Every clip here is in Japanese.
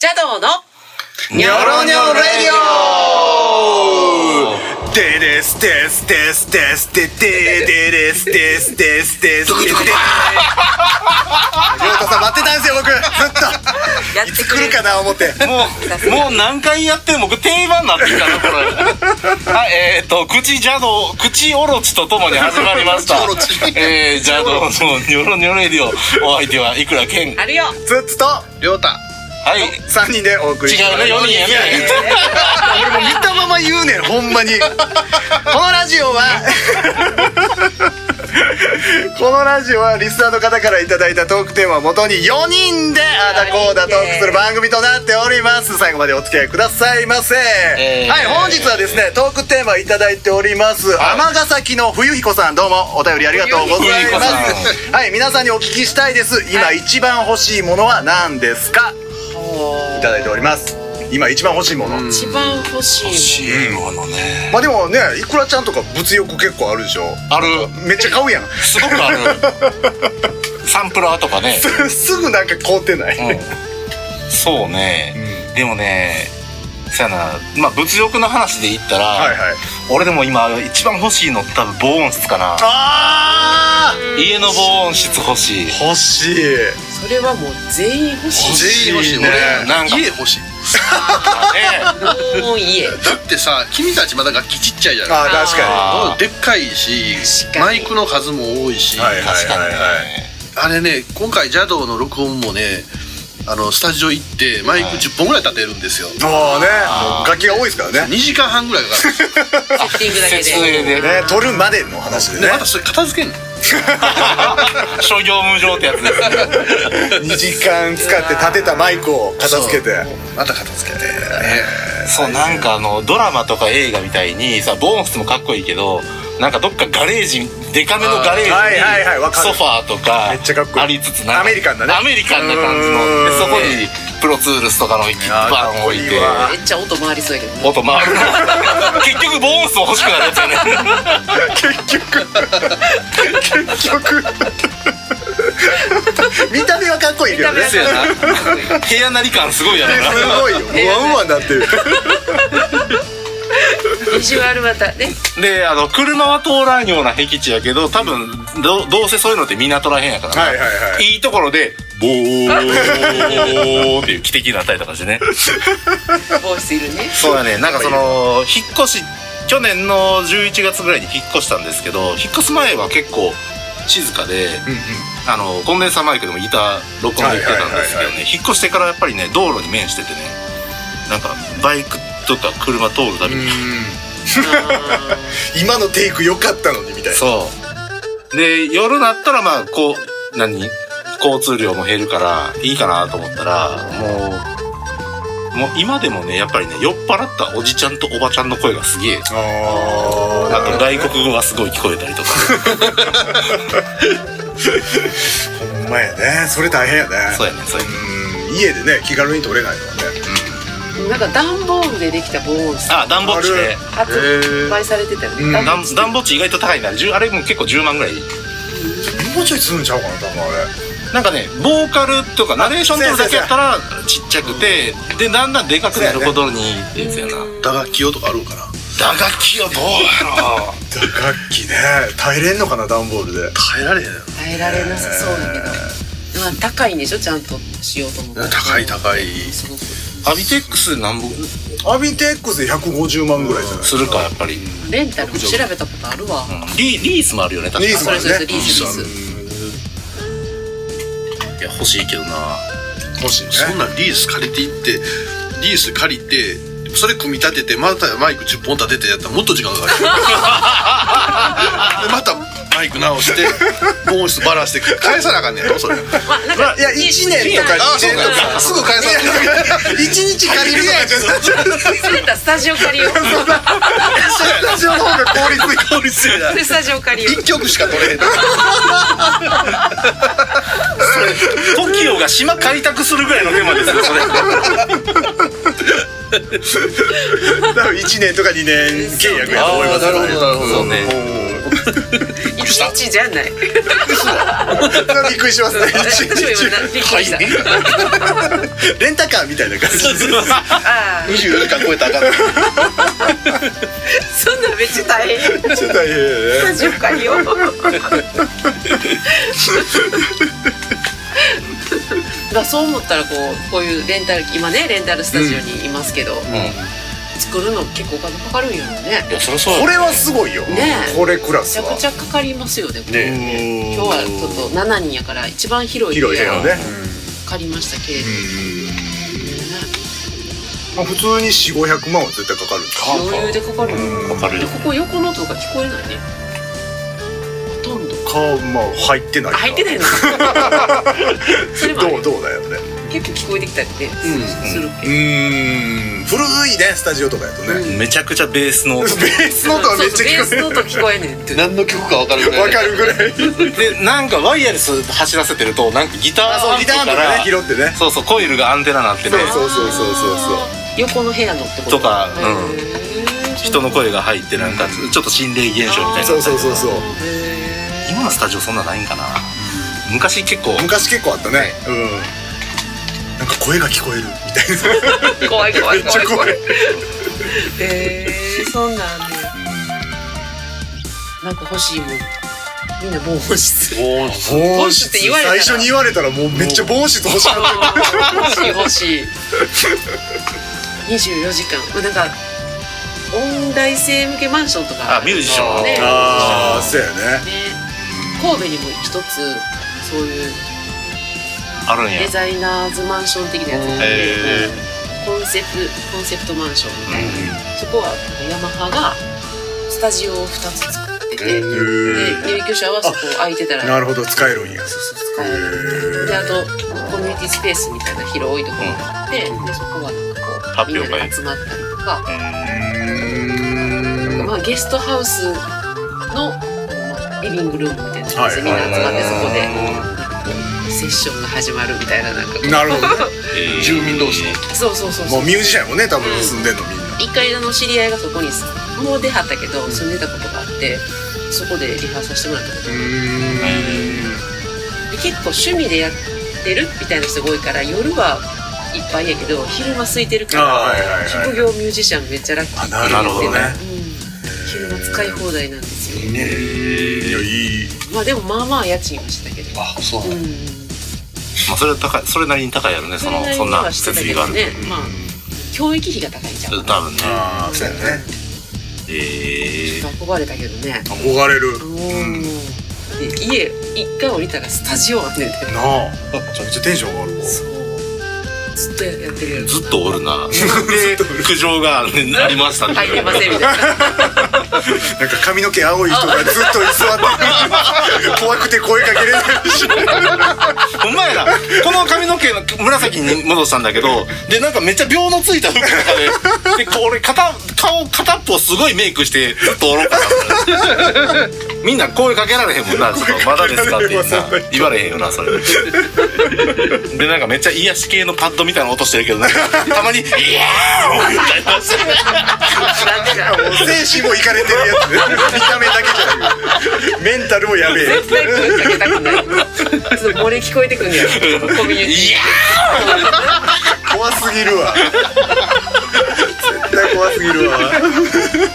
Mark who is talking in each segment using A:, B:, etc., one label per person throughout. A: ジャドーの
B: ニョロニョレディオデレスデスデスデスデデデレスデスデスデスデデりょうこさん待ってたんですよ僕ず
A: やっ
B: っとい
A: て
B: つ
A: く
B: 来
A: れ
B: る
A: る
B: かな思って
C: もう、もう何回やっても僕定番になってきたな、これ。はい、えーっ、と、口邪道、口おろちとともに始まりました。
B: 口おろち
C: えー、邪道のニョロニョロエディオ、お相手はいくらけん。は
A: あるよ
B: ツッツと
D: りょうた
C: い、違う
B: 3人でお送りして
C: ね、4人やね。
B: 俺も見たまま言うねんほんまにこのラジオは このラジオはリスナーの方からいただいたトークテーマをもとに4人であーだこうだトークする番組となっております最後までお付き合いくださいませ、
C: えー
B: はい本日はですねトークテーマいただいております尼崎の冬彦さんどうもお便りありがとうござい
C: 冬彦
B: ますはい皆さんにお聞きしたいです今一番欲しいものは何ですかいただいております今一番欲しいもの、
A: 一番欲しいもの
C: チームのね。
B: まあでもねいくらちゃんとか物欲結構あるでしょ
C: ある、
B: めっちゃ買うやん
C: すごくある。サンプラーとかね。
B: すぐなんか買うてない、
C: うんそうね。でもね、さやな、まあ、物欲の話で言ったら、
B: はいはい
C: 俺でも今一番欲しいのって多分防音室かな。
B: あ
C: 家の防音室欲しい。
B: ー欲しい
A: それはもう全員欲しい
D: 全員欲しいね
C: なんか
D: 家欲しい
C: ね。
A: もう家
D: だってさ君たちまだ楽器ちっちゃいじゃない
B: あー確か
C: あー
D: うんでっかいし
A: 確か
D: マ
A: に
D: イクの数も多いし、
B: にはいはい
C: 確か
B: は
C: に
B: い
C: ね。
B: はい
D: あれね今回邪道の録音もねあのスタジオ行ってマイク10本ぐらい立てるんですよ、
B: もうねもう楽器が多いですからね
D: 2時間半ぐらいかかる
A: セッティングだけ
C: 設
A: で
C: 営でね。
B: ね取るまでの話でね
D: でまたそれ片付けんの
C: 諸業無常ってやつですね。
B: 2時間使って立てたマイクを片付けて
D: また片付けて、ね、
C: そう、なんかあの、ドラマとか映画みたいにさ、ボーンスもかっこいいけど、なんかどっかガレージ、デカめのガレージに、
B: あーはいはいはいわかる
C: ソファーとか、
B: めっちゃかっこいい
C: ありつつなんか
B: アメリカンだね
C: アメリカンな感じの。
B: う
C: で
B: ーん
C: そこに、プロツールスとかの
B: やー
C: バン置い
B: かっこい
C: て
B: い、わ
A: めっちゃ音回りそうやけどね
C: 音 回る。結局、ボーンスも欲しくなるやつよね。
B: 結局結 局見た目はかっこいいけどね
C: ですよな。部屋なり感すごいやろな。
B: すごい よワンワンなってる
A: ビジュアルまたね
C: であの車は通らんような僻地やけど多分どどうせそういうのって港らへんやからな、
B: はいはいはい
C: いところで 「ボー」っていう汽笛になったりとかしてね
A: 防止いるね
C: そうやねなんかその引っ越し去年の11月ぐらいに引っ越したんですけど引っ越す前は結構静かで、あのコンデンサーマイクでもギター録音できてたんですけど
B: はいはいはい
C: ね引っ越してからやっぱりね道路に面しててねなんかバイクとか車通るたびに
B: 今のテイク良かったのにみたいな
C: そう。で、夜になったら、まあ、こう、何交通量も減るから、いいかなと思ったら、もう、もう今でもね、やっぱりね、酔っ払ったおじちゃんとおばちゃんの声がすげえ。
B: あ
C: あと外国語がすごい聞こえたりとか。
B: ほんまやねそれ大変やね
C: そうやね、そうやね。
B: うん家でね気軽に取れないのはね
A: なんかダンボールでできた防音室
C: あ、ダンボッチね。
A: 発売されてたよ
B: うん
A: ねダンボー
C: ダ
A: ル
C: ンダンボッチ意外と高いな。10あれも結構10万ぐらい。
B: もうちょいするんちゃうかな多分あれ
C: なんかね、ボーカルとかナレーション取るだけやったらちっちゃくて、で、だんだんでかくなるほどにいいってやつやな。
D: 打楽器用とかあるんかな
C: 打楽器はどうやろう
B: 打楽器ね耐えれんのかな段ボールで
D: 耐えられへんよ
A: 耐えられなさそうだけどまあ高いんでしょちゃんとしようと思ったら
D: 高い高い
A: すごく
C: アビテックスなんぼ
B: アビテックスで150万ぐらいじゃない
C: するかやっぱり、
A: レンタルも調べたことあるわ
C: リリースもあるよね確
B: リー
C: か
B: ス
A: そ
B: も
A: れそれそれリースリース
B: うん
C: いや欲しいけどな
B: 欲しい
D: そん
B: ね
D: なんリース借りていってリース借りてそれ組み立ててまたマイク10本立ててやったらもっと時間か かるでまたマイク直して音質バラして返さなあかんねんぞそれ
A: まあなん
B: いや1年とか
A: いや
B: 2年
D: あそう
B: と か
D: かすぐ返さなあかん
B: 1日借りるとかじゃなくて
A: それやったらスタジオ借りよう
B: スタジオの方が効率いい
D: 効率いいな
A: それスタジオ借りよう
D: 1曲しか取れへん
C: TOKIO が島開拓するぐらいのテーマですよそれ
B: 多分1年とか2年契約やと思います
D: あーなるほどなるほど
C: そ うね
B: うん
A: いろ
D: りした
A: 1じゃない。
B: びっくりし ますね
A: 私も今なびっくりした。
B: レンタカーみたいな感じ
A: あ あ、
D: 24時間超えたらあかん
A: そんなめっちゃ大変。
B: ちょっと大変やね
A: 大丈夫かよ。まあそう思ったらこうこういうレンタル今ねレンタルスタジオにいますけど、作るの結構お金かかるんやろね。
C: いやそりゃそうや
B: これはすごいよ、
A: ねえ
B: これクラ
A: め
B: ス
A: ちゃ
B: は
A: くちゃかかりますよね。これ
B: ね
A: 今日はちょっと7人やから一番広い部
B: 広い部
A: 屋
B: 屋
A: を
B: をね、
A: 借りましたけれども
B: まあ、普通に4 5 0 0万は絶対かかるんです
C: あ
A: ね、余裕でかかる。
B: うん
C: わかる
A: で
C: よ
A: ここ横の音が聞こえないね。ほとんど
B: かまあ入ってない
A: あ入ってないいの。それもある
B: どうどうだよね
A: 結構聞こえてきたりねする
B: うーん古いねスタジオとかやとね、
A: う
B: ベ
A: ん
C: めちゃくちゃベース の音
B: ースの音はめっちゃ聞こえ
A: そうそうベースの音聞こえねんって
D: 何の曲か分かるぐ
B: る
D: らい
B: わかるぐらい
C: でなんかワイヤレス走らせてるとなんかギター
B: あそう
C: アン
B: ギ
C: プ
B: ター
C: か
B: と
C: ら
B: かね拾ってね
C: そうそうコイルがアンテナなってね
B: そうそうそうそうそう
A: 横の部屋のってこと
C: とかうん
A: へー
C: 人の声が入ってなんか
B: うん
C: ちょっと心霊現象みたいな
B: そうそうそうそう
A: へ
C: 今のスタジオそんなないんかな昔結構
B: 昔結構あったねうんなんか声が聞こえるみたいな
A: ー怖い怖い
B: めっち
A: 怖
B: ゃ
A: い
B: 怖
A: 怖
B: い
A: いえー、そうなんねなんか欲しいもんみんな防音室
D: おー
B: 防
A: 音室って言われた
B: 最
A: ら
B: 初に言われたらもうめっちゃ防音室欲しかった
A: 欲しい欲しい24時間まあなんか音大生向けマンションとか
C: あミュージシャン
A: ね
B: ああそうやね
A: ね神戸にも一つそういう
C: あるんや
A: デザイナーズマンション的なやつがあって
C: へ
A: コンセプトコンセプトマンションみたいな、そこはヤマハがスタジオを2つ作ってて、で
B: へ
A: 入居者はそこ空いてた
B: え
A: ら
B: なるほど使えるんや
A: そう
B: へ
A: そう使えるであとコミュニティスペースみたいな広いところがあって、でそこはなんかこう
C: 発
A: み
C: 表会
A: んなで集まったりとか、
B: え
A: まあ、ゲストハウスの、まあリビングルームみたいな感じでみん
B: はい
A: な集まってそこで
C: はいはい
A: なんかこうセッションが始まるみたいななんかこう
B: なるほどね
C: えー
D: 住民同士の
A: そうそうそうそ
B: も
A: う
B: うミュージシャンもね多分住んでんのみんな
A: 一回あの知り合いがそこにもう出はったけど住んでたことがあってそこでリハさせてもらったことがあって結構趣味でやってるみたいな人が多いから夜はいっぱいやけど昼間空いてるか
B: あーはいはい
A: ら
B: は
A: 職
B: い
A: 業ミュージシャンめっちゃラッキー
B: あな
C: るほどね
A: うん昼間使い放題なんですよ
B: ねいやいい
A: まあでもまあまあ家賃はしたけど
D: あそう
A: う
D: なん
A: ん
C: まあそれは高いそれなりに高いやろねそのそんな設備がある
A: ねまあ教育費が高いんちゃうか
C: 多分ね
B: ああそうやね
C: え
A: なち
C: ー
A: ょっと憧れたけどね
B: 憧れる
A: うんで家一回降りたらスタジオあんねんて
B: なあめちゃめちゃテンション上が るわ
A: そうずっとやってるや
C: ずっとおるなで苦情がありました
A: つ入ってませんみ
C: ん
A: たいな
B: なんか髪の毛青い人がずっと居座ってる怖くて声かけれないし
C: お前らこの髪の毛の紫に戻したんだけどでなんかめっちゃ秒のついた服とかででこう俺片顔片っぽすごいメイクしてずっとおろうかなみんな声かけられへんもんなちょっとまだですかって言うな言われへんよなそれでなんかめっちゃ癒し系のパッドみたいな音してるけどなんかたまに「イエーイ!」みたいな
A: なんか
B: もう精神もいかれてるやつね見た目だけじゃなくメンタルもやべえ
A: 絶対声かけたくないちょっと漏れ聞こえてくんねやコミュニテ
C: イエーイ
B: 怖すぎるわ絶対怖すぎるわ
A: ィ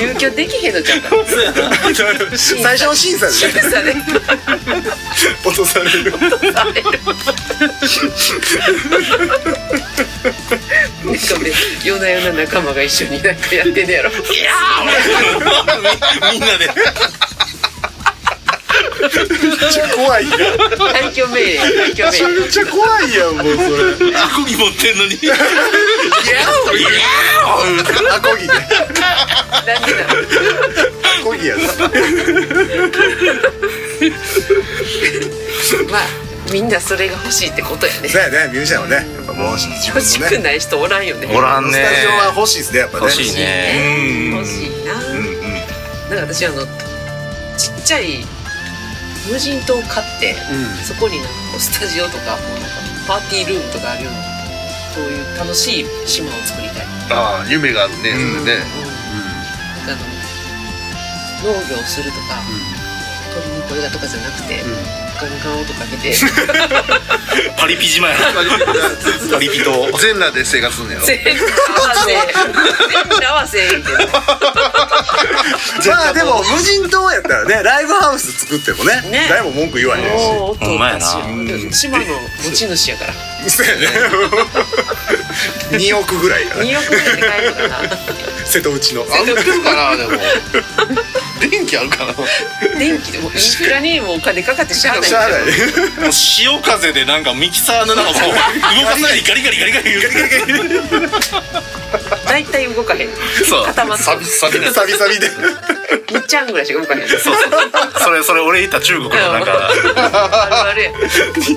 A: 入居できへんのちゃうか
B: 最初の審査でね
A: 審査で
B: 落とされる
A: しかもね夜な夜な仲間が一緒になんかやってんねやろいや
C: みんなで
B: めっちゃ怖いやん
A: 廃墟命令廃墟命令
B: めっちゃ怖いやんもうそれ
C: アコギ持ってんのに
B: アコギね
A: なんでなの
B: アコギやな
A: まあみんなそれが欲しいってことやね
B: そうやねミュージシャンはねやっぱもう自
A: 欲し
B: 分の
A: く
B: ね
A: ない人おらんよね
C: おらんね
B: スタジオは欲しいですねやっぱね
C: 欲しいね
A: 欲しいな
B: うんうん
A: なんか私あのちっちゃい無人島を買って、そこになんかこうスタジオとかもうなんかパーティールームとかあるようなそういう楽しい島を作りたい、
D: ああ夢があるねそれ
A: う
D: ね
A: んなんかあの農業をするとか、鳥にこれだとかじゃなくて、ガンガン音かけ て
C: パリピ島やパリピと
D: 全裸で生活すんのやろ
A: 全部合わせ全部合わせんけど
B: まあでも無人島やったらねライブハウス作ってもね
A: ね
B: 誰も文句言わへんし
A: もう音
C: ほんまやな
A: 私島の持ち主やから
B: そうやね 2億ぐらいかな
A: 2億ぐらいで買えるか
B: 瀬戸内の
D: あんま来るかなでも電気あるかな
A: な電気でもインフラにもお金かかってしゃあない
B: しゃあない
C: もう潮風でなんかミキサーのなんかこう動かさないでガリガリガリガリガリガリガリ
A: 大体動かへん
C: そう
A: 固まって
D: サビサビな
B: サビサビで
A: みっちゃんぐらいしか動かへん
C: そうそうそれそれ俺言った中国のなんか
A: あるあるや
B: みっ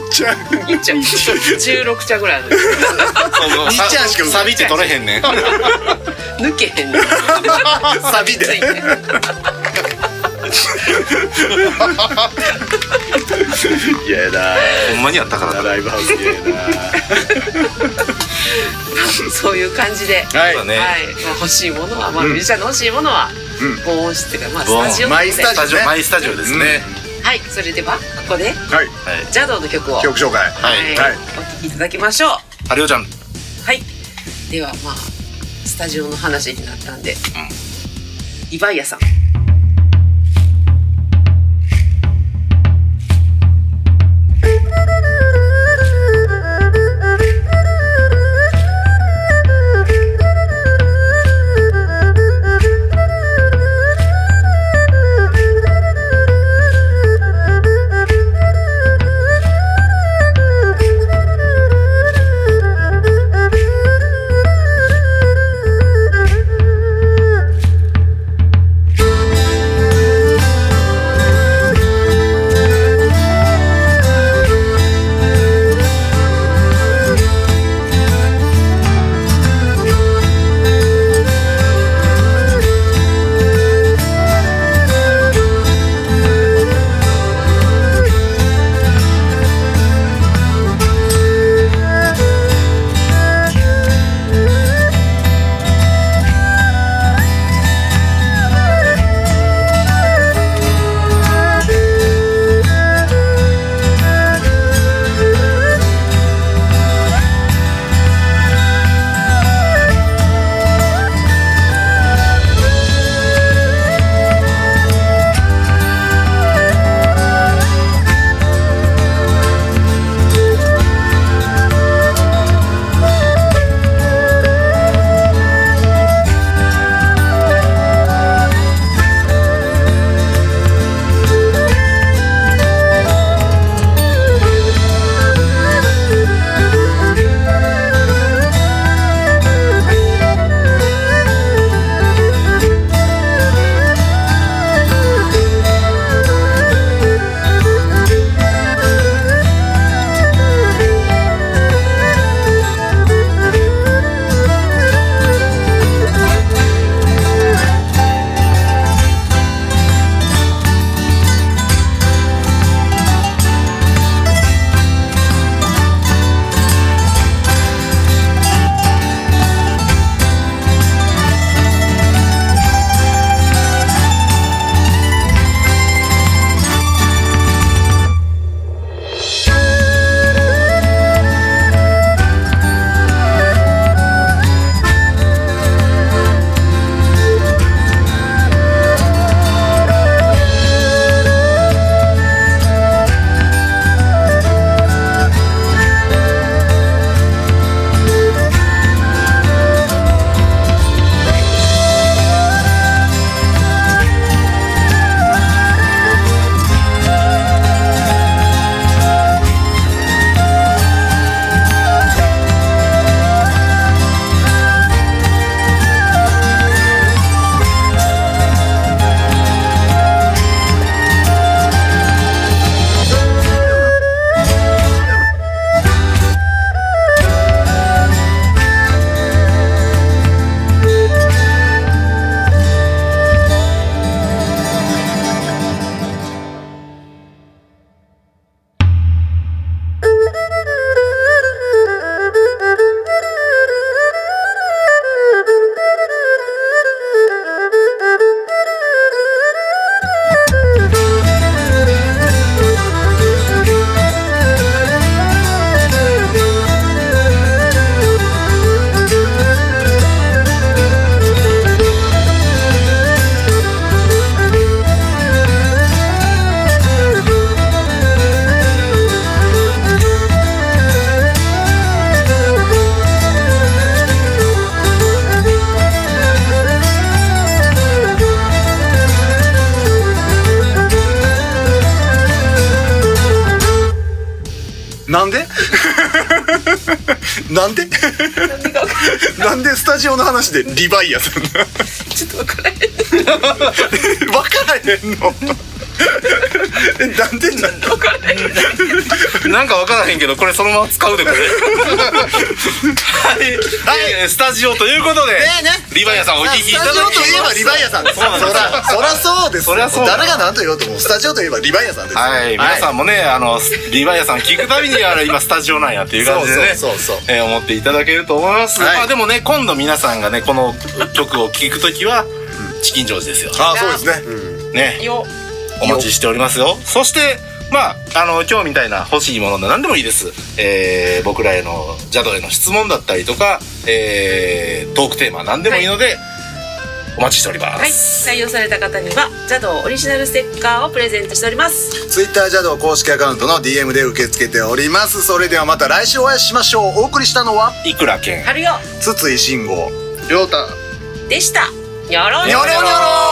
B: ちゃん
A: みっちゃん16茶ぐらいある
C: そうそう
B: 兄ちゃんしか
C: サビって取れへんねん
A: 抜けへんの
B: サビ
A: つい
B: で
A: て
B: いやだ
C: ほんまにあったからだ
B: ライブハウスいや
A: そういう感じで。
B: だ
C: そうだ
B: は
A: は
C: ね
A: い、まあ欲しいものは、まあ、ミュージシャンの欲しいものは、
B: うん
A: 防音室っていうか、まあ、スタジオ
B: マイ
A: です
B: ス
A: ね
B: タ
C: スタジオ
B: ね
C: マイスタジオですね、
A: はい、それでは、ここで、
B: いはい
C: はい
A: ジャドーの曲を、
B: 曲紹介
A: は、
C: はいい
B: はい
A: お聴きいただきましょう。
C: ありょうちゃん
A: はい、では、まあ、スタジオの話になったんで、リヴァイアさん。
E: 「
B: なんで な
A: なん
B: んで
A: でかわかんない
B: なんでスタジオの話でリバイア さんな
A: ちょっとわからへん
B: わからへんの えなんでなん
A: わからへん
C: なんかわからへんけどこれそのまま使う でこれはい、えースタジオということで、
B: ねえ
C: リヴァイアさんお聞きい
B: ス
C: ただ
B: タ
C: き
B: ジオといえばリヴァイアさんですそらそらそうですよ
C: そりゃそうだ
B: 誰が何と言おうともスタジオといえばリヴァイアさんですよ
C: はい、皆さんもね、あのリヴァイアさん聞くたびにあれ今スタジオなんやっていう感じでね
B: そうそうそうそう
C: えー思っていただけると思います、
B: はい
C: まあでもね今度皆さんがねこの曲を聴くときはチキンジョージですよ
B: あそうですね、うん
C: ね
A: よ
C: お待ちしておりますよそしてまああの今日みたいな欲しいものな何でもいいです、えー僕らへのジャドへの質問だったりとか、えートークテーマ何でもいいので、お待ちしております、
A: はい採用された方にはジャドーオリジナルステッカーをプレゼントしております
B: ツイッタージャド公式アカウントの DM で受け付けておりますそれではまた来週お会いしましょうお送りしたのはい
C: くらけん
A: 春よ
B: 筒井慎吾
D: りょうた
A: でしたよろしく
B: ニョロニョロ